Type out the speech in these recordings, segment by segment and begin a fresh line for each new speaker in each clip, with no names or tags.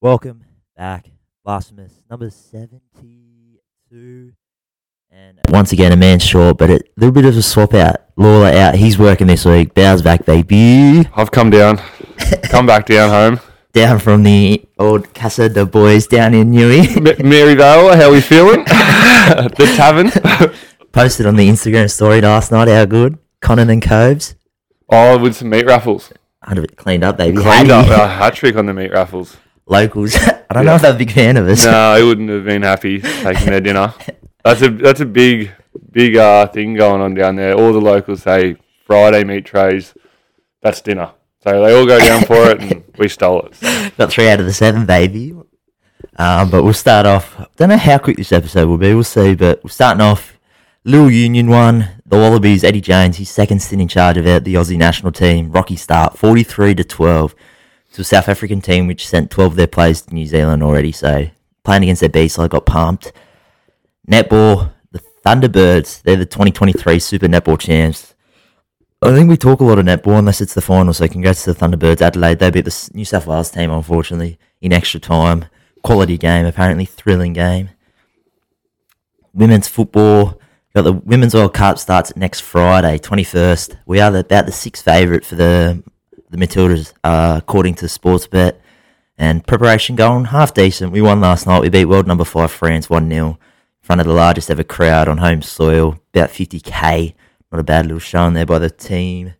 Welcome back, Blasphemous, number 72. And uh, once again, a man short, but a little bit of a swap out. Lawler out, he's working this week. Bow's back, baby.
I've come down, come back down home.
Down from the old Casa de Boys down in Newey.
M- Mary Vowler, how we feeling? the tavern.
Posted on the Instagram story last night how good. Conan and Coves.
oh, with some meat raffles.
Had it cleaned up, baby.
Cleaned up
Hattie.
a hat trick on the meat raffles.
Locals. I don't know if they're a big fan of us.
No, he wouldn't have been happy taking their dinner. That's a that's a big big uh, thing going on down there. All the locals say Friday meat trays. That's dinner. So they all go down for it, and we stole it. So
Got three out of the seven, baby. Um, but we'll start off. Don't know how quick this episode will be. We'll see. But we're starting off. Little Union one. The Wallabies. Eddie Jones. He's second stint in charge of it. The Aussie national team. Rocky start. Forty-three to twelve to a South African team, which sent twelve of their players to New Zealand already. So playing against their B side got pumped. Netball. The Thunderbirds. They're the 2023 Super Netball champs. I think we talk a lot of netball unless it's the final. So congrats to the Thunderbirds. Adelaide, they beat the S- New South Wales team, unfortunately, in extra time. Quality game, apparently thrilling game. Women's football got the Women's World Cup starts next Friday, twenty first. We are the, about the sixth favourite for the the Matildas, uh, according to Sportsbet. And preparation going half decent. We won last night. We beat world number five France one 0 in front of the largest ever crowd on home soil, about fifty k. Not a bad little showing there by the team.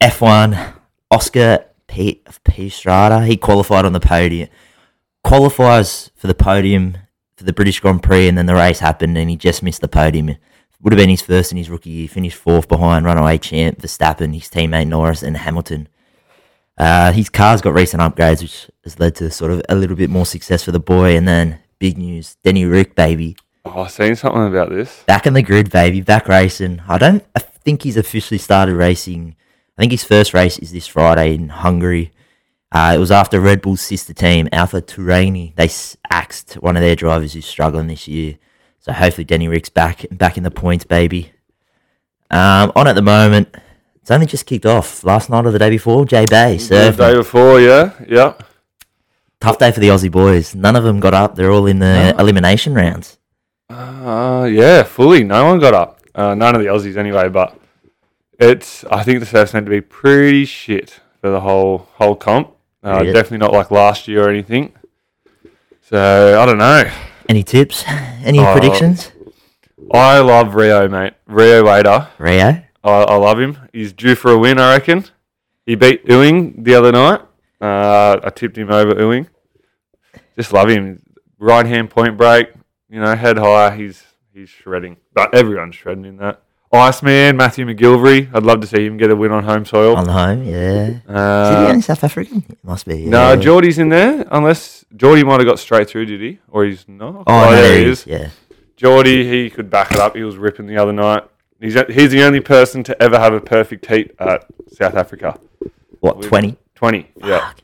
F1, Oscar P. P. Strada, he qualified on the podium. Qualifies for the podium for the British Grand Prix, and then the race happened, and he just missed the podium. Would have been his first in his rookie year. Finished fourth behind runaway champ Verstappen, his teammate Norris, and Hamilton. Uh, his car's got recent upgrades, which has led to sort of a little bit more success for the boy. And then big news, Denny Rick, baby,
oh, I've seen something about this.
back in the grid, baby, back racing. I don't I think he's officially started racing. I think his first race is this Friday in Hungary. Uh, it was after Red Bull's sister team, Alpha Turini. They s- axed one of their drivers who's struggling this year. So hopefully Denny Rick's back back in the points, baby. Um, on at the moment, it's only just kicked off. Last night or the day before, J Bay. So
The day before, yeah, yeah.
tough day for the Aussie boys. None of them got up. They're all in the elimination rounds.
Uh, yeah, fully. No one got up. Uh, none of the Aussies anyway, but it's. I think the surf's going to be pretty shit for the whole whole comp. Uh,
Yeah.
Definitely not like last year or anything. So I don't know.
Any tips? Any
Oh.
predictions?
I love Rio, mate. Rio Wader.
Rio?
I, I love him. He's due for a win, I reckon. He beat Ewing the other night. Uh, I tipped him over Ewing. Just love him. Right hand point break, you know, head high. He's he's shredding. But everyone's shredding in that. Iceman, Matthew McGilvery. I'd love to see him get a win on home soil.
On the home, yeah. Is he the
Uh,
only South African? It must be.
no,
yeah.
Geordie's in there, unless Geordie might have got straight through, did he? Or he's not.
Oh, no, there he is. Yeah.
Geordie, he could back it up. He was ripping the other night. He's, he's the only person to ever have a perfect heat at South Africa.
What, 20?
20, yeah.
Fuck.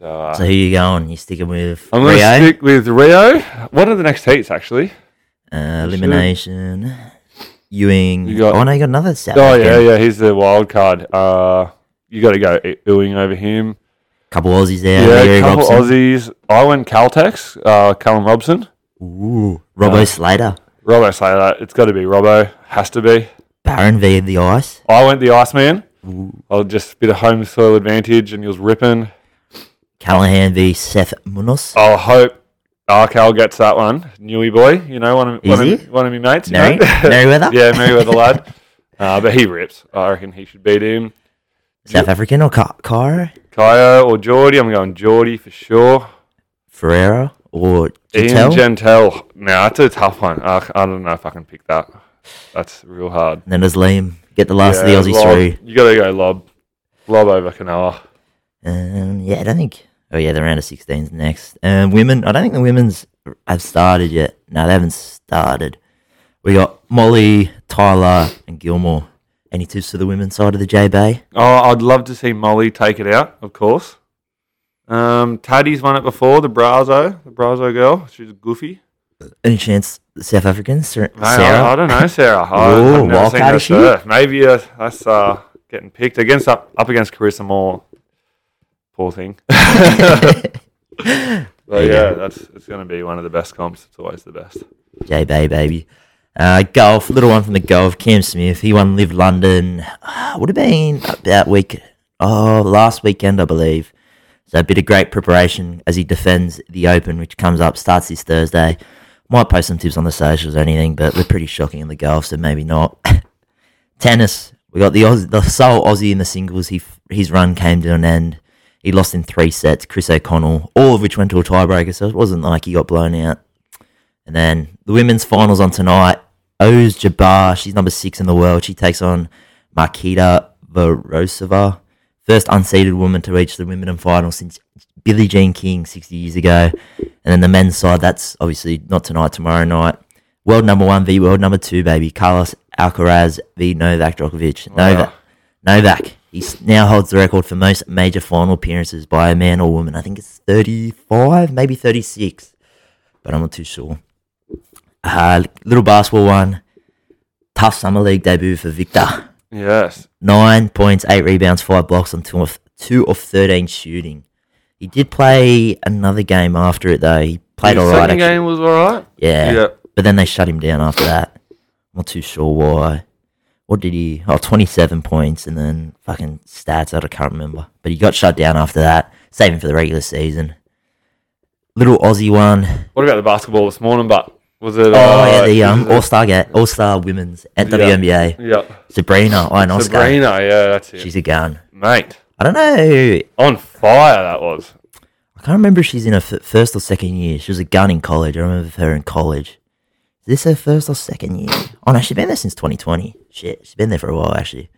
So, uh,
So who you going? You sticking with
I'm going to
Rio?
stick with Rio. What are the next heats, actually?
uh, elimination. Ewing.
You got-
oh, no, you got another South
Oh,
African.
yeah, yeah. He's the wild card. Uh, you got to go E- Ewing over him.
Couple Aussies there.
Yeah,
Larry
couple
Robson.
Aussies. I went Caltex, uh, Callum Robson.
Ooh. Robbo Slater.
Robbo say that. It's got to be Robbo. Has to be.
Baron v. The Ice.
I went the Iceman.
Ooh.
I'll just a bit of home soil advantage, and he was ripping.
Callahan v. Seth Munoz.
I'll hope Arcal gets that one. Newy boy, you know, one of, one
Is
of, one of my mates. you
Merry-
know?
Merriweather?
yeah, Merriweather lad. Uh, but he rips. I reckon he should beat him.
South African or Ca- Cairo?
Kyo or Geordie. I'm going Geordie for sure.
Ferreira or
Ian
Jitel?
Gentel. Now, that's a tough one. I, c- I don't know if I can pick that. That's real hard.
and then does Liam get the last
Yeah,
of the Aussies
Lob.
through?
You got to go lob. Lob over Kanoa.
Um, yeah, I don't think. Oh yeah, the round of 16's next. Um, women, I don't think the women's have started yet. No, they haven't started. We got Molly, Tyler, and Gilmore. Any tips for the women's side of the J Bay?
Oh, I'd love to see Molly take it out, of course. Um, Taddy's won it before, the Brazo, the Brazo girl. She's goofy.
Any chance the South Africans? Sarah,
I-
Sarah?
I, I don't know, Sarah. I,
Ooh,
have never
wild
seen
card
her
is she?
surf. Maybe uh, that's uh, getting picked against up, up against Carissa Moore. Poor thing. So
Yeah.
yeah, that's it's going to be one of the best comps. It's always the best.
J Bay, baby. Uh, golf, little one from the golf, Cam Smith. He won Live London. Uh, would have been about week, oh, last weekend, I believe. So a bit of great preparation as he defends the Open, which comes up, starts this Thursday. Might post some tips on the socials or anything, but we're pretty shocking in the golf, so maybe not. Tennis, we got the Aussie, the sole Aussie in the singles. He his run came to an end. He lost in three sets. Chris O'Connell, all of which went to a tiebreaker, so it wasn't like he got blown out. And then the women's finals on tonight. Oz Jabbar, she's number six in the world. She takes on Markita Vorosova, first unseeded woman to reach the Wimbledon final since Billie Jean King 60 years ago. And then the men's side, that's obviously not tonight, tomorrow night. World number one v world number two, baby. Carlos Alcaraz v Novak Djokovic. Novak, Novak, he s- now holds the record for most major final appearances by a man or woman. I think it's 35, maybe 36, but I'm not too sure. Uh, little basketball one. Tough summer league debut for Victor.
Yes.
Nine points, eight rebounds, five blocks on two of two of thirteen shooting. He did play another game after it though. He played
The
all right.
second
actually.
game was all right.
Yeah.
Yeah.
But then they shut him down after that. I'm not too sure why. What did he? Oh, 27 points and then fucking stats that I can't remember. But he got shut down after that, saving for the regular season. Little Aussie one.
What about the basketball this morning? But was it?
Oh,
uh,
yeah, the um,
was it-
All Star All Star Women's at
Yeah.
WNBA.
yeah.
Sabrina Ionoska.
Sabrina, yeah, that's it,
She's a gun.
mate.
I don't know.
On fire that was.
I can't remember if she's in her f- first or second year. She was a gun in college. I remember her in college. Is this her first or second year? Oh no, she's been there since 2020. Shit, she's been there for a while actually.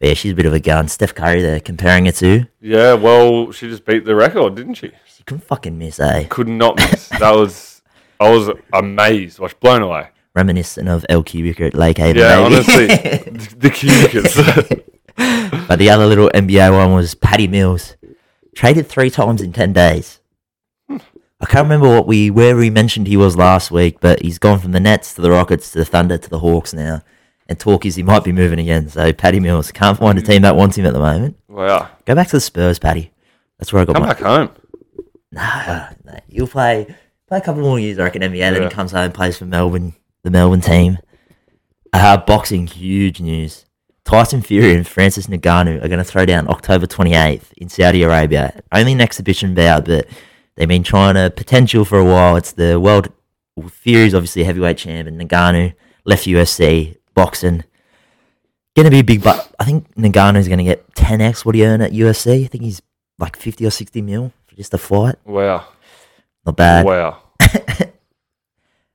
But yeah, she's a bit of a gun. Steph Curry, they're comparing her to.
Yeah, well, she just beat the record, didn't she?
She couldn't fucking miss, eh?
Could not miss. that was. I was amazed. I was blown away.
Reminiscent of El Cubica at Lake Haven.
Yeah,
maybe.
honestly, the, the Cubicus.
but the other little NBA one was Patty Mills. Traded three times in 10 days. I can't remember what we where we mentioned he was last week, but he's gone from the Nets to the Rockets to the Thunder to the Hawks now. And talk is he might be moving again. So Patty Mills can't find a team that wants him at the moment.
wow,
Go back to the Spurs, Patty. That's where I got
come
my.
back home.
Nah, nah, you'll play play a couple more years, I reckon, NBA. Then
Yeah.
he comes home, plays for Melbourne, the Melbourne team. Uh, boxing, huge news. Tyson Fury and Francis Ngannou are going to throw down October 28th in Saudi Arabia. Only an exhibition bout, but they've been trying to potential for a while. It's the world. well, Fury's obviously a heavyweight champ, and Ngannou left UFC boxing. Going to be a big, but I think Ngannou's going to get 10x what he earned at UFC. I think he's like 50 or 60 mil for just a fight.
Wow,
Not bad.
wow.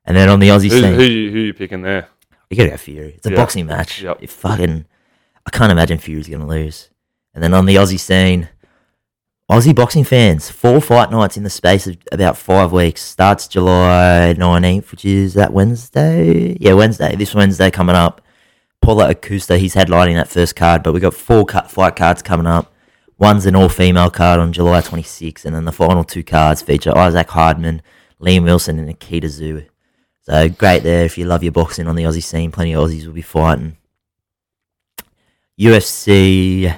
And then on the Aussie
Who,
scene,
who you who you picking there?
you gotta go Fury. It's a
Yeah.
boxing match.
Yep.
It fucking, I can't imagine Fury's gonna lose. And then on the Aussie scene, Aussie boxing fans, four fight nights in the space of about five weeks. Starts July 19th, which is that Wednesday. Yeah, Wednesday. This Wednesday coming up. Paula Acosta, he's headlining that first card, but we got four cut fight cards coming up. One's an all female card on July 26th, and then the final two cards feature Isaac Hardman, Liam Wilson, and Akita Zoo. So great there if you love your boxing on the Aussie scene. Plenty of Aussies will be fighting. UFC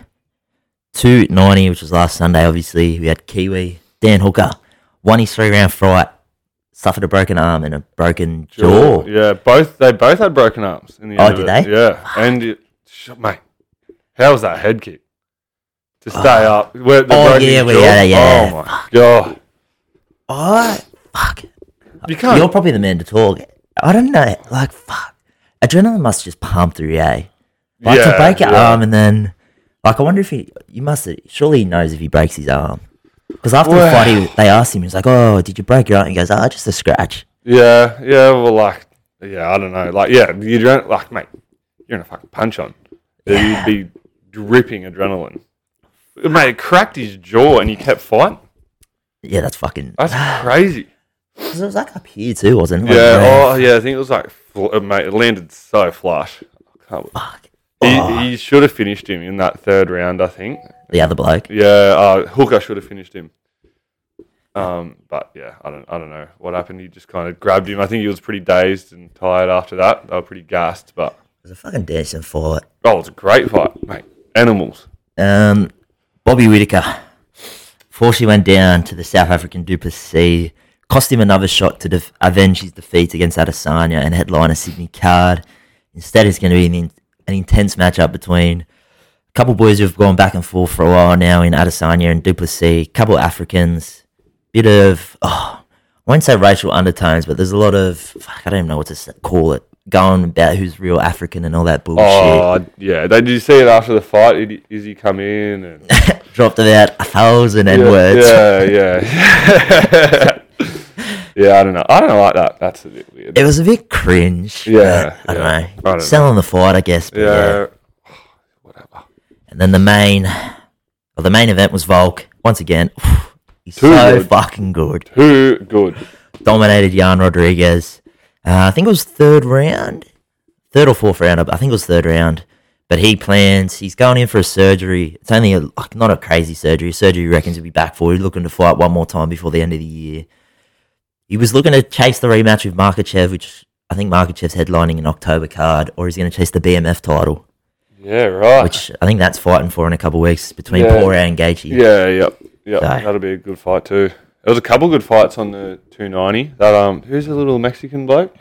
290, which was last Sunday, obviously. We had Kiwi, Dan Hooker, won his three round fight, suffered a broken arm and a broken jaw.
Yeah, both they both had broken arms in the
Oh,
end. of
did
it.
they?
Yeah, and it, sh- mate, how was that head kick? To stay up. Where, the
Oh,
broken
yeah, we
jaw?
had it, yeah.
Oh my god,
Oh, fuck.
you can't.
You're probably the man to talk. I don't know. Like, fuck. Adrenaline must just pump through, eh? Like, to
Yeah,
break your
yeah.
arm and then. Like, I wonder if he. You must. Surely he knows if he breaks his arm. Because after the fight, he, they asked him, he's like, oh, did you break your arm? He goes, ah, just a scratch.
Yeah, yeah, well, like, yeah, I don't know, like, yeah, you don't like, mate, you're in a fucking punch on. You'd be dripping adrenaline. Mate, it cracked his jaw and he kept fighting.
Yeah, that's fucking.
That's crazy.
'cause it was like up here too, wasn't it? Like,
Yeah,
where-
oh yeah, I think it was like, fl- uh, mate, it landed so flush. I can't believe-
fuck.
He, he should have finished him in that third round, I think.
The other bloke.
Yeah, uh, Hooker should have finished him. Um, but yeah, I don't, I don't know what happened. He just kind of grabbed him. I think he was pretty dazed and tired after that. They were pretty gassed, but.
It was a fucking dancing fight.
Oh, it's a great fight, mate. Animals.
Um, Bobby Whitaker. Before she went down to the South African Duplessis, cost him another shot to def- avenge his defeat against Adesanya and headliner Sydney Card. Instead, it's going to be an, in- an intense matchup between a couple boys who've gone back and forth for a while now in Adesanya and Duplessis, couple Africans, bit of, oh, I won't say racial undertones, but there's a lot of, fuck, I don't even know what to s- call it, going about who's real African and all that bullshit.
Oh, yeah. Did you see it after the fight? Izzy- Izzy come in and
Dropped about a thousand N words.
Yeah, yeah. yeah, I don't know. I don't like that. That's a bit weird.
It was a bit cringe.
Yeah,
but I don't
yeah.
know.
I don't know.
Selling the fight, I guess. But
yeah.
yeah. And then the main, well, the main event was Volk once again. He's
Too
so
good.
fucking good.
Too good.
Dominated Jan Rodriguez. Uh, I think it was third round, third or fourth round. I think it was third round. But he plans. He's going in for a surgery. It's only a, like not a crazy surgery. Surgery he reckons he'll be back for. He's looking to fight one more time before the end of the year. He was looking to chase the rematch with Markachev, which I think Markachev's headlining an October card, or he's going to chase the BMF title
Yeah, right.
which I think that's fighting for in a couple of weeks between
Yeah.
Poirier and Gaethje.
yeah, yep. Yep.
So-
That'll be a good fight too. There was a couple good fights on the 290. That um, who's the little Mexican bloke?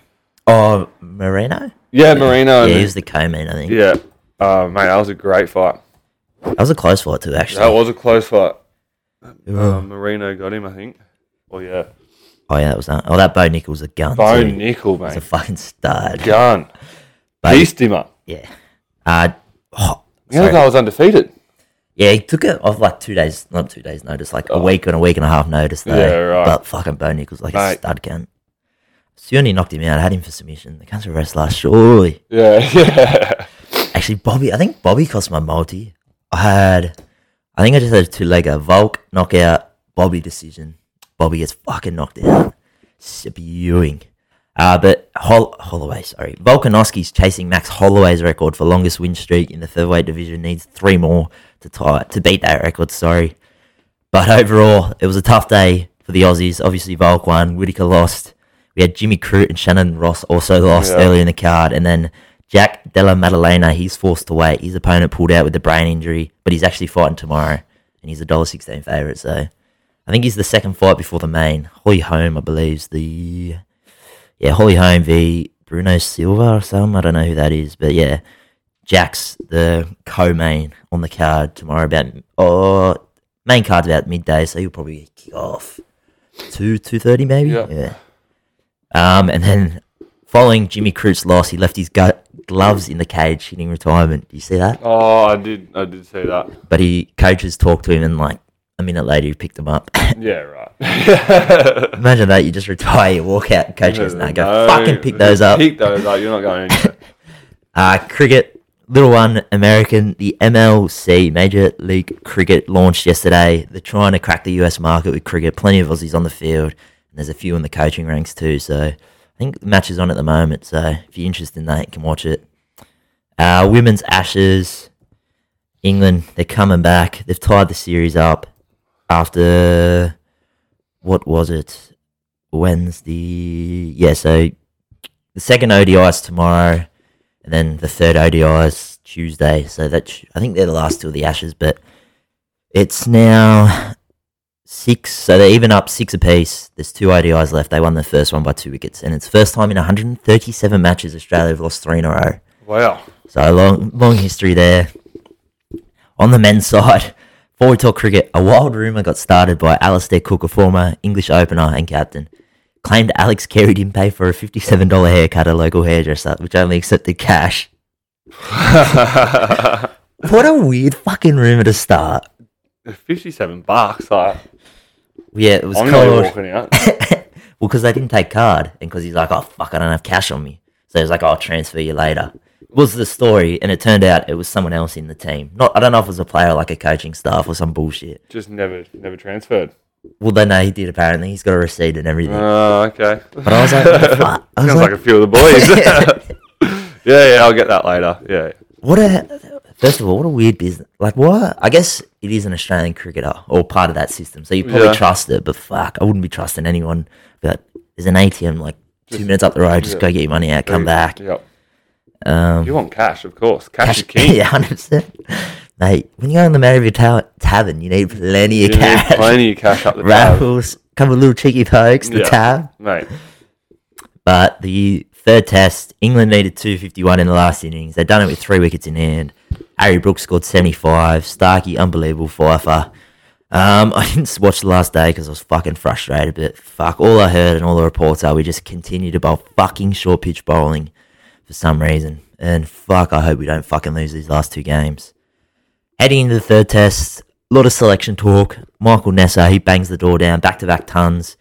Oh, Moreno?
Yeah, Marino.
yeah, he
Yeah,
was the co-main, I think.
yeah. Uh, mate, that was a great fight.
That was a close fight too,
That
actually.
was a close fight.
Yeah.
Um, Marino got him, I think. Oh yeah,
Oh yeah, that was that. Oh, that Bo Nickel's a gun.
Bo
too.
Nickel,
He's a
mate,
fucking stud.
gun,
But
beast him up.
yeah, uh, oh,
The other
sorry.
guy was undefeated.
yeah, he took it off like two days, not two days notice, like a week and a week and a half notice though.
Oh. Yeah, right.
But fucking Bo Nickel's like a
Mate.
stud cunt. Sione knocked him out. Had him for submission. The cancer rest last surely.
Yeah, yeah.
Actually, Bobby, I think Bobby cost my multi. I had, I think I just had a two legger. Volk knockout, Bobby decision. Bobby gets fucking knocked out, spewing. Uh, but Hol- Holloway, sorry, Volkanovski's chasing Max Holloway's record for longest win streak in the featherweight division. Needs three more to tie to beat that record. Sorry, but overall, it was a tough day for the Aussies. Obviously, Volk won, Whitaker lost. We had Jimmy Crute and Shannon Ross also lost
Yeah.
earlier in the card. And then Jack Della Maddalena, he's forced to wait. His opponent pulled out with a brain injury, but he's actually fighting tomorrow. And he's a $1.16 favourite. So I think he's the second fight before the main. Holly Holm, I believe, is the. Yeah, Holly Holm v Bruno Silva or something. I don't know who that is. But yeah, Jack's the co-main on the card tomorrow about oh main card's about midday, so he'll probably kick off two two thirty maybe.
Yeah.
Um, and then following Jimmy Crute's loss, he left his gu- gloves in the cage hitting retirement. Do you see that?
Oh, I did. I did see that.
But he coaches talked to him, and like a minute later, he picked them up.
Yeah, right.
Imagine that you just retire, you walk out, coach goes, "Nah, go
No,
fucking pick those up."
Pick those up. You're not going anywhere.
Uh, cricket, little one, American, the MLC, Major League Cricket, launched yesterday. They're trying to crack the US market with cricket. Plenty of Aussies on the field, and there's a few in the coaching ranks too. So I think the match is on at the moment. So if you're interested in that, you can watch it. Uh, women's Ashes, England, they're coming back. They've tied the series up after, what was it? Wednesday. Yeah, so the second ODI is tomorrow and then the third ODI is Tuesday. So that sh- I think they're the last two of the Ashes, but it's now six. So they're even up six apiece. There's two ODIs left. They won the first one by two wickets, and it's first time in 137 matches Australia have lost three in a row.
wow.
So a long, long history there. On the men's side, forward talk cricket, a wild rumour got started by Alistair Cook, a former English opener and captain, claimed Alex Carey didn't pay for a $57 haircut at a local hairdresser, which only accepted cash. What a weird fucking rumour to start.
Fifty-seven bucks. Like,
Yeah, it was
I'm not
called.
walking out.
Well, because they didn't take card, and because he's like, oh fuck, I don't have cash on me. So he was like, "Oh, I'll transfer you later. Was the story, and it turned out it was someone else in the team. Not, I don't know if it was a player, like a coaching staff or some bullshit.
Just never, never transferred.
Well, then no, he did apparently. He's got a receipt and everything.
Oh, okay.
But I was like, what the fuck? I was
Sounds like,
like,
a few of the boys. yeah, yeah. I'll get that later. Yeah.
what a. First of all, what a weird business. Like, what? I guess it is an Australian cricketer or part of that system. So you probably
Yeah.
trust it, but fuck, I wouldn't be trusting anyone. But there's an ATM like two minutes up the road. Just
yeah.
go get your money out, come back.
Yep.
Um,
You want cash, of course. Cash,
cash
is king.
yeah, 100%. Mate, when you go on the Marriott Tower, tavern. You need plenty
You
of
need
cash.
plenty of cash up the tab,
Raffles, couple of little cheeky pokes, the
Yeah.
tab.
mate.
But the third test, England needed 251 in the last innings. They'd done it with three wickets in hand. Harry Brooks scored 75. Starkey, unbelievable fifer. Um, I didn't s- watch the last day because I was fucking frustrated, but fuck, all I heard and all the reports are we just continue to bowl fucking short pitch bowling for some reason. And fuck, I hope we don't fucking lose these last two games. Heading into the third test, a lot of selection talk. Michael Nessa, he bangs the door down, back to back tons,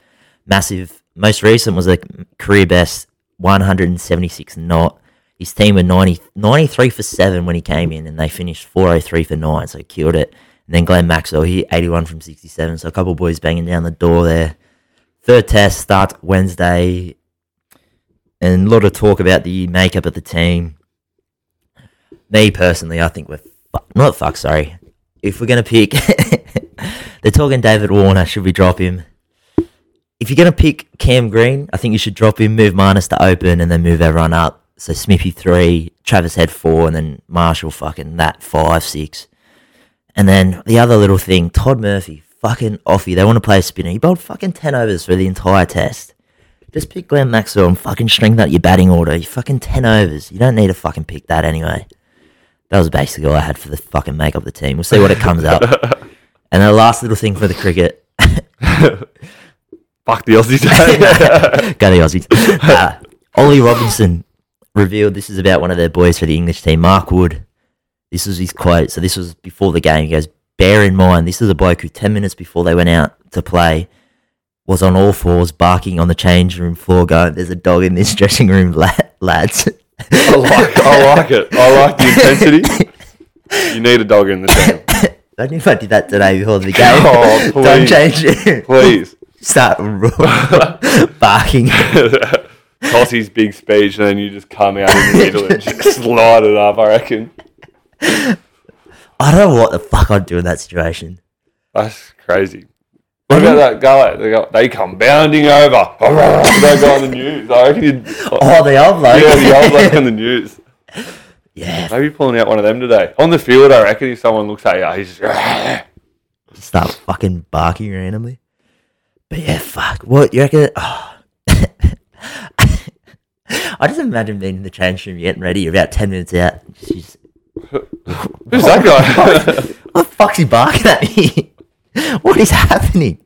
massive. Most recent was a career best 176 not. His team were 90, 93 for seven when he came in, and they finished 403 for nine, so he killed it. And then Glenn Maxwell, he 81 from 67, so a couple of boys banging down the door there. Third test starts Wednesday, and a lot of talk about the makeup of the team. Me personally, I think we're fuck, not fuck. Sorry, if we're gonna pick, they're talking David Warner. Should we drop him? If you're gonna pick Cam Green, I think you should drop him, move Marnus to open, and then move everyone up. So Smithy three, Travis Head four, and then Marshall fucking that five six. And then the other little thing, Todd Murphy, fucking offie. They want to play a spinner. He bowled fucking ten overs for the entire test. Just pick Glenn Maxwell and fucking string that your batting order. You fucking ten overs. You don't need to fucking pick that anyway. That was basically all I had for the fucking make up the team. We'll see what it comes up. and the last little thing for the cricket.
Fuck the Aussie day.
Go the Aussies. Uh, Ollie Robinson revealed this is about one of their boys for the English team, Mark Wood. This was his quote. So this was before the game. He goes, Bear in mind, this is a bloke who 10 minutes before they went out to play was on all fours barking on the change room floor going, There's a dog in this dressing room, la- lads.
I like, I like it. I like the intensity. You need a dog in the team,
Imagine if I did that today before the game.
Oh,
Don't
please.
change it.
please.
Start barking.
Tossie's big speech, and then you just come out in the middle and just light it up. I reckon
I don't know what the fuck I'd do in that situation.
that's crazy. What
Mm-hmm.
about that guy? They, go, they come bounding over. they go on the news. I reckon you'd
Oh, the old bloke.
yeah, the old bloke on the news.
Yeah,
Maybe pulling out one of them today on the field. I reckon if someone looks at you, he's just
start fucking barking randomly. But yeah, fuck. What you reckon? Oh. I just imagine being in the change room, getting ready. You're about ten minutes out. She's,
who's that guy?
what the fuck's he barking at me? what is happening?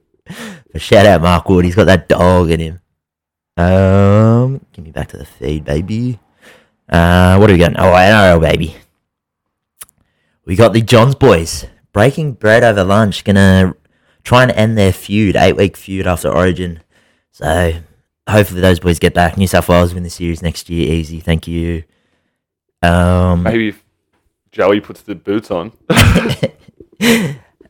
But shout out Mark Wood. He's got that dog in him. Um, give me back to the feed, baby. Uh, what are we going? Oh, NRL, baby. We got the Johns boys breaking bread over lunch. Gonna try and end their feud, eight week feud after Origin. So hopefully those boys get back. New South Wales win the series next year. Easy, thank you. Um,
Maybe if Joey puts the boots on.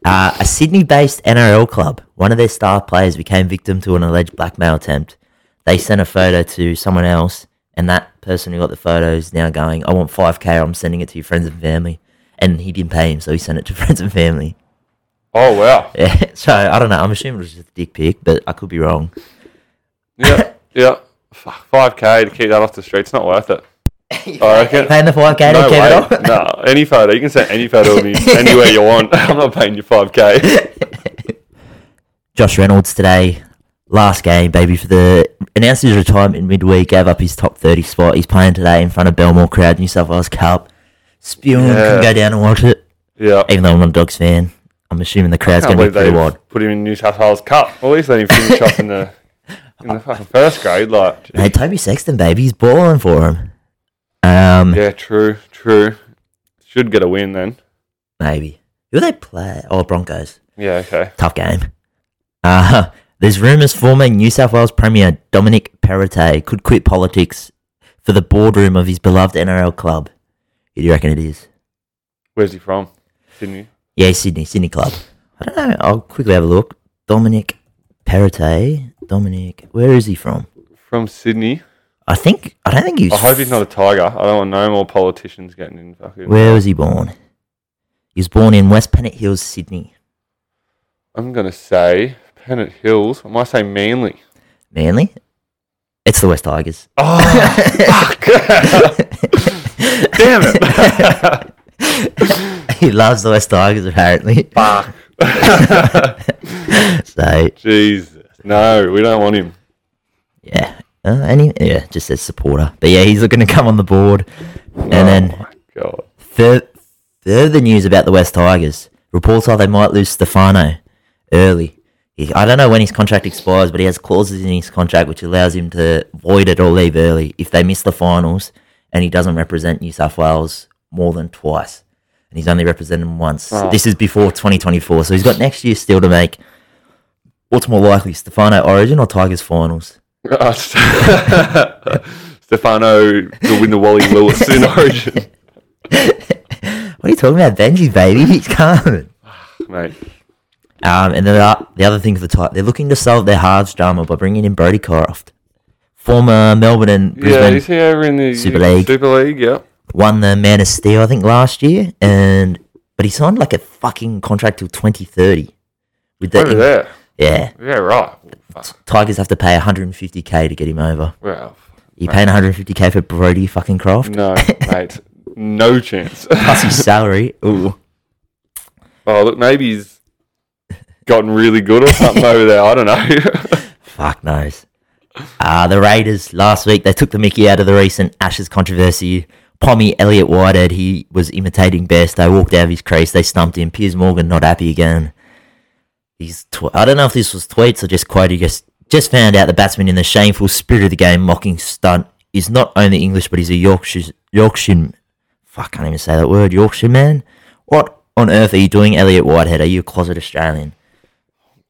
Uh, a Sydney based NRL club, one of their star players became victim to an alleged blackmail attempt. They sent a photo to someone else, and that person who got the photo is now going, I want 5K or I'm sending it to your friends and family. And he didn't pay him, so he sent it to friends and family.
Oh wow.
Yeah, so I don't know. I'm assuming it was just a dick pic, but I could be wrong.
Yeah, yeah. Five k to keep that off the street's not worth it. I reckon.
Paying the 5K
No
to keep it off.
way. No, any photo. You can send any photo of me anywhere you want. I'm not paying you five k.
Josh Reynolds today, last game, baby, for the announced his retirement midweek, gave up his top thirty spot. He's playing today in front of Belmore crowd, New South Wales Cup. Spewing
Yeah.
can go down and watch it.
Yeah.
Even though I'm not a dogs fan, I'm assuming the crowd's
I can't
gonna be
believe
pretty
they
wide.
put him in New South Wales Cup. Well, at least they didn't finish off in the in the fucking first grade. Like,
Hey, Toby Sexton, baby, he's balling for him. Um
yeah, true, true. Should get a win then.
maybe. Who they play? Oh Broncos.
Yeah, okay.
Tough game. Uh there's rumours former New South Wales Premier Dominic Perrottet could quit politics for the boardroom of his beloved NRL club. Who do you reckon it is?
Where's he from? Sydney.
Yeah, Sydney, Sydney Club. I don't know. I'll quickly have a look. Dominic Perrottet. Dominic, where is he from?
From Sydney.
I think, I don't think he's.
I hope he's not a tiger. I don't want no more politicians getting in fucking.
Where was he born? He was born in West Pennant Hills, Sydney.
I'm gonna say Pennant Hills. I might say Manly.
Manly? It's the West Tigers.
Oh, fuck. Damn it.
he loves the West Tigers, apparently.
fuck.
so
Jesus. No, we don't want him.
yeah, uh, any yeah, just says supporter. But yeah, he's looking to come on the board. And
Oh
then
my God.
fur- further news about the West Tigers. Reports are they might lose Stefano early. He, I don't know when his contract expires, but he has clauses in his contract which allows him to void it or leave early if they miss the finals and he doesn't represent New South Wales more than twice. And he's only represented them once. This is before 2024, so he's got next year still to make. What's more likely, Stefano Origin or Tigers finals?
Oh, St- Stefano will win the Wally Willis in Origin.
What are you talking about, Benji, baby? He's coming.
Mate,
Um, and then the- the other thing for the type, they're looking to solve their halves drama by bringing in Brody Croft, former Melbourne and
yeah,
Brisbane,
he's here over in the
Super League.
Super League, yeah.
won the Man of Steel I think last year, and but he signed like a fucking contract till twenty thirty. With the
Over there.
yeah,
Yeah, right. Well, fuck.
Tigers have to pay one hundred and fifty k to get him over.
Well,
You paying one hundred and fifty k for Brody fucking Croft
no, mate. No chance.
plus his salary. Ooh,
oh, look, maybe he's gotten really good or something over there. I don't know.
fuck knows. Uh, the Raiders last week they took the Mickey out of the recent Ashes controversy. Pommy Elliot Whitehead, he was imitating best. They walked out of his crease. They stumped him. Piers Morgan not happy again. He's tw- I don't know if this was tweets or just quote. He just just found out the batsman in the shameful spirit of the game mocking stunt is not only English but he's a Yorkshire Yorkshire. Fuck, I can't even say that word. Yorkshire man. What on earth are you doing, Elliot Whitehead? Are you a closet Australian?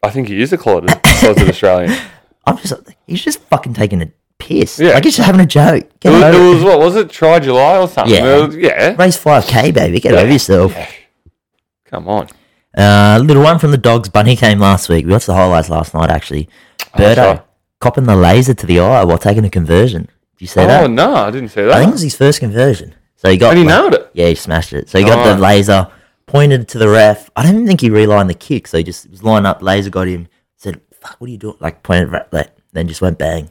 I think he is a closet, closet Australian.
I'm just he's just fucking taking a piss.
Yeah.
Like he's just having a joke.
It
Get
was,
over
it
it.
was what was it? Try July or something?
Yeah.
It was- yeah.
Raise five K baby, get over yourself.
Come on.
Uh little one from the dogs, Bunny came last week. We watched the highlights last night actually.
Oh, sorry.
Birdo copping the laser to the eye while taking a conversion. Did you see
Oh
that?
no, I didn't say
I think it
that.
was his first conversion. So he got
And he
like-
nailed it.
Yeah, he smashed it. So he got the
Nice.
laser pointed to the ref. I don't even think he relined the kick, so he just was lined up, laser got him, said, Fuck, what are you doing? Like pointed right like then just went bang.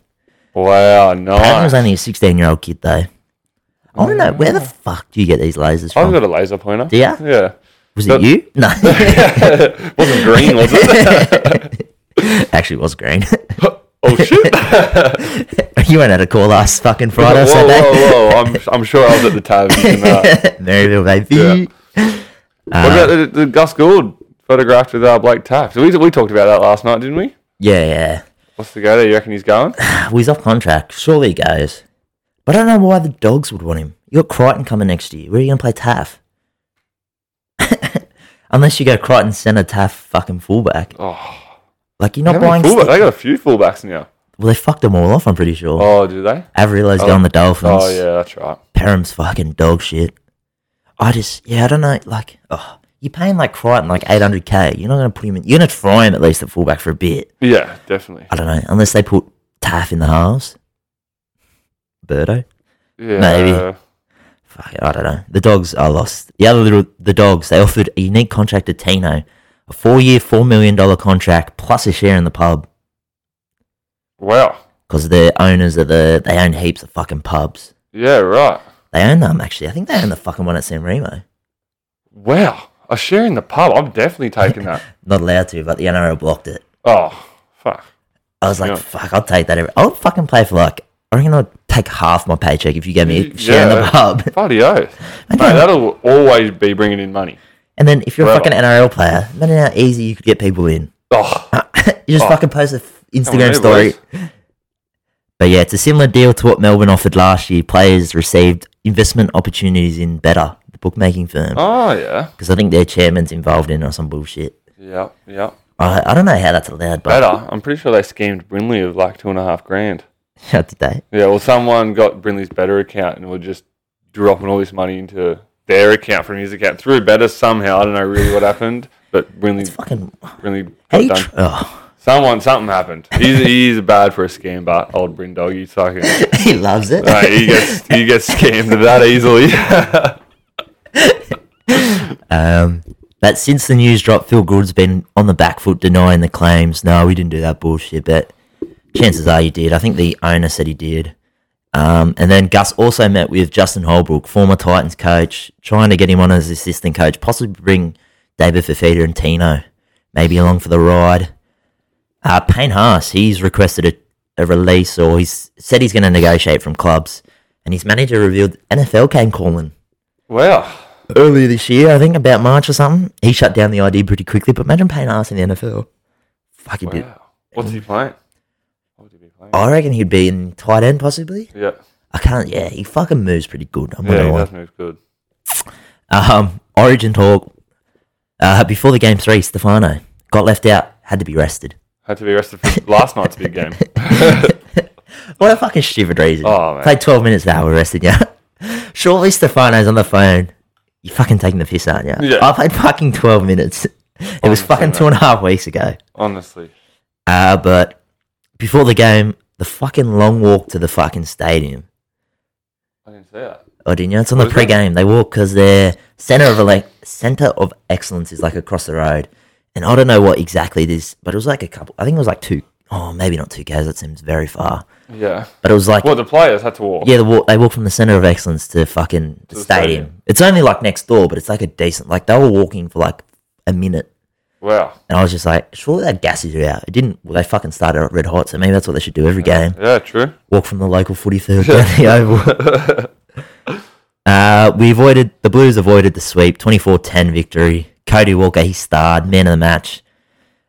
Wow,
Patton was
nice.
only a 16 year old kid, though. I want to know where the fuck do you get these lasers
Oh, I've
from?
got a laser pointer.
Do ya?
Yeah.
was it you? No,
Wasn't green, was it?
actually, it was green.
oh shit.
you went out to call us fucking Friday
whoa,
or Saturday.
whoa, whoa. I'm, I'm sure I was at the table. and, uh,
Maryville, baby.
Yeah. what about
Uh.
the, the Gus Gould photographed with uh, Blake Taft? So we, we talked about that last night, didn't we?
Yeah,
What's the go there? You reckon he's going?
yeah. Well, he's off contract. Surely he goes. But I don't know why the dogs would want him. You got Crichton coming next year. Where are you going to play Taff? Unless you go Crichton centre, Taff fucking fullback.
Oh,
Like, you're
how
not
many
buying.
fullbacks?
sti-
They got a few fullbacks now.
well, they fucked them all off, I'm pretty sure.
Oh, do they?
Averillo's going the Dolphins.
Oh, yeah, that's right.
Perham's fucking dog shit. I just, yeah, I don't know. Like, oh, you're paying like Crichton like 800k. You're not going to put him in. You're going to try him at least at fullback for a bit.
Yeah, definitely.
I don't know. Unless they put Taff in the halves. Birdo?
Yeah. uh,
Maybe. Fuck it, I don't know. The dogs are lost. The other little, the dogs, they offered a unique contract to Tino. A four year, $4 million contract plus a share in the pub.
Wow.
Because the owners of the, they own heaps of fucking pubs.
Yeah, right.
They own them, actually. I think they own the fucking one at San Remo.
Wow. A share in the pub. I'm definitely taking that.
Not allowed to, but the NRL blocked it.
Oh, fuck.
I was like,
Yeah.
fuck, I'll take that. Every- I'll fucking play for like, I reckon I'll take half my paycheck if you gave me a share in the
Yeah.
pub.
Bloody oath. Mate, that'll always be bringing in money.
And then if you're
Forever.
a fucking NRL player, imagine how easy you could get people in.
Oh,
you just fucking post an
come on,
Instagram
hey,
story.
boys.
But yeah, it's a similar deal to what Melbourne offered last year. Players received investment opportunities in Better, the bookmaking firm,
Oh, yeah.
because I think their chairman's involved in it or some bullshit.
Yeah, yeah.
I, I don't know how that's allowed, but
Better. I'm pretty sure they scammed Brinley of like two and a half grand.
how did they?
Yeah, well, someone got Brinley's better account and were just dropping all this money into their account from his account through better somehow. I don't know really what happened, but Brinley,
Fucking
Brinley got
hate.
done.
Oh,
Someone, something happened. He's, he's bad for a scam, but old Brin dog, he's fucking.
oh, he loves it.
Right, he gets he gets scammed that easily.
Um, but since the news dropped, Phil Good's been on the back foot denying the claims. No, we didn't do that bullshit, but chances are you did. I think the owner said he did. Um, and then Gus also met with Justin Holbrook, former Titans coach, trying to get him on as assistant coach, possibly bring David Fafita and Tino. maybe along for the ride. Uh, Payne Haas, he's requested a, a release or he's said he's going to negotiate from clubs. And his manager revealed NFL came calling
Wow.
earlier this year, I think about March or something. He shut down the idea pretty quickly, but imagine Payne Haas in the NFL. Fucking bit.
Wow. What's he playing? What would he be playing?
I reckon he'd be in tight end possibly.
Yeah.
I can't, yeah, he fucking moves pretty good. I'm
Yeah,
gonna
he
lie.
does move good.
Um, Origin talk. Uh, before the game three, Stefano got left out, had to be rested.
Had to be arrested for last night's big game.
What a fucking stupid reason.
Oh, man.
Played 12 minutes now, we're rested, yeah. Shortly, Stefano's on the phone. you fucking taking the piss, aren't you?
Yeah. Oh,
I played fucking 12 minutes. It was fucking two and a half weeks ago.
Honestly.
Uh, but before the game, the fucking long walk to the fucking stadium.
I didn't see that.
Oh, didn't you? It's on the
What is it?
pre-game. They walk because their center of like center of excellence is like across the road, and I don't know what exactly it is, but it was like a couple. I think it was like two. Oh, maybe not two k's. That seems very far.
Yeah.
But it was like
Well, the players had to walk.
yeah, the walk, they walk from the center of excellence to fucking the
the
stadium.
stadium.
It's only like next door, but it's like a decent. Like they were walking for like a minute,
Wow.
and I was just like, surely that gasses you out. It didn't. Well, they fucking started out red hot, so maybe that's what they should do every game.
Yeah, true.
walk from the local footy field down the oval. uh, we avoided the Blues avoided the sweep, 24-10 victory. Cody Walker, he starred, man of the match.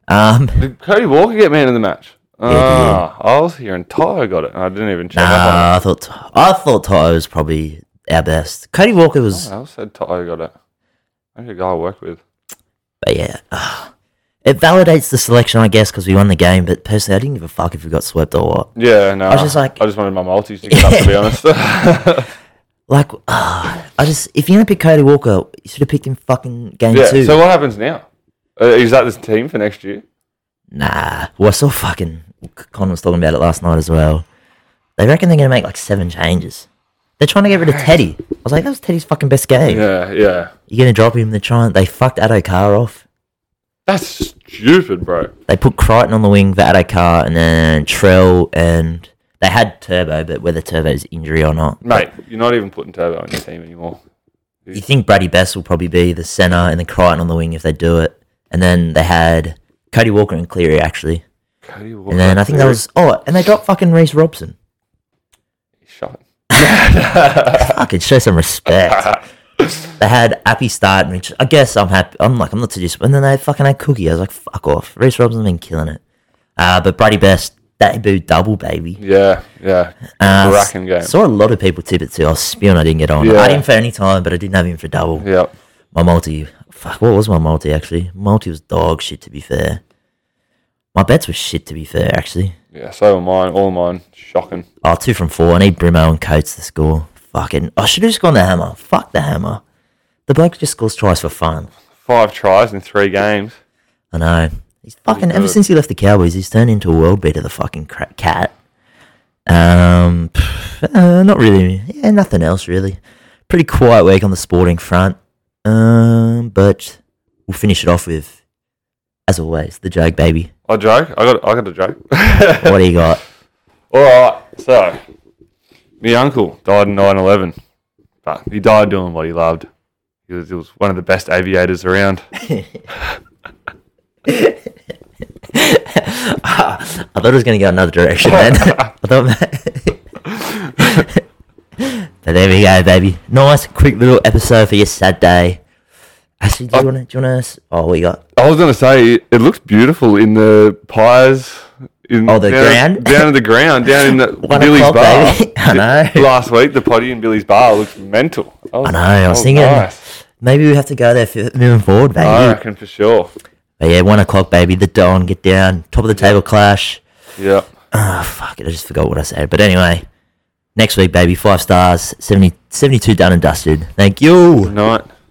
Um,
Did Cody Walker get man of the match?
he did.
Ah, I was here and Tyler got it. I didn't even check up on it.
uh, I thought I thought Toto was probably our best. Cody Walker was,
I also said Tyler got it. I need a guy I work with.
but yeah. ah. it validates the selection, I guess, because we won the game. But personally, I didn't give a fuck if we got swept or what.
Yeah, no. I
was just like-
I just wanted my multis to get up, to be honest.
Like, ah, I just if you're gonna pick Cody Walker, you should have picked him fucking game
yeah.
two.
So what happens now? Uh, is that the team for next year?
Nah. Well, I saw fucking Con was talking about it last night as well. They reckon they're going to make like seven changes. They're trying to get rid of Teddy. I was like, that was Teddy's fucking best game.
Yeah, yeah.
You're going to drop him. They're trying. They fucked Addo Carr off.
That's stupid, bro.
They put Crichton on the wing for Addo Carr and then Trell and they had Turbo, but whether Turbo's injury or not.
Mate, you're not even putting Turbo on your team anymore.
You think Brady Best will probably be the centre and then Crichton on the wing if they do it. And then they had Cody Walker and Cleary, actually.
Cody Walker.
And then I think that was. Oh, and they dropped fucking Reese Robson.
Shut.
fucking show some respect. they had Appy starting, which I guess I'm happy. I'm like, I'm not too disappointed. And then they fucking had Cookie. I was like, fuck off. Reese Robinson's been killing it. Uh, but Brady Best, debut double, baby.
Yeah, yeah.
Uh,
Bracken game.
Saw a lot of people tip it too. I was spewing, I didn't get on. I
Yeah.
had him for any time, but I didn't have him for double.
yeah.
My multi, fuck, what was my multi actually? Multi was dog shit, to be fair. My bets were shit, to be fair, actually.
Yeah, so were mine. All mine. Shocking.
Oh, two from four. I need Brimo and Coates to score. Fucking, I should have just gone the hammer. Fuck the hammer. The bloke just scores tries for fun.
Five tries in three games.
I know. He's fucking. Ever
good.
since he left the Cowboys, he's turned into a world beater. The fucking cra- cat. Um, pff, uh, not really. Yeah, nothing else really. Pretty quiet week on the sporting front. Um, but we'll finish it off with, as always, the joke baby.
I joke. I got. I got a joke.
What do you got?
All right. So, my uncle died in 9/11, but he died doing what he loved. He was, he was one of the best aviators around.
I thought it was going to go another direction then. I thought. but there we go, baby. Nice, quick little episode for your sad day. Actually, do you want to? Do you want to? Oh, what you got?
I was going to say it, it looks beautiful in the pies. In
Oh, the
down,
ground?
down in the ground, down in the
One
Billy's
o'clock,
bar.
baby. I know.
Last week, the potty in Billy's bar looked mental. Oh,
I know. I was thinking maybe we have to go there for, moving forward, baby.
I reckon for sure.
But yeah, one o'clock, baby. The dawn, get down. Top of the table clash.
Yeah.
Oh, fuck it. I just forgot what I said. But anyway, next week, baby. Five stars. 70, 72 done and dusted. Thank you.
Night.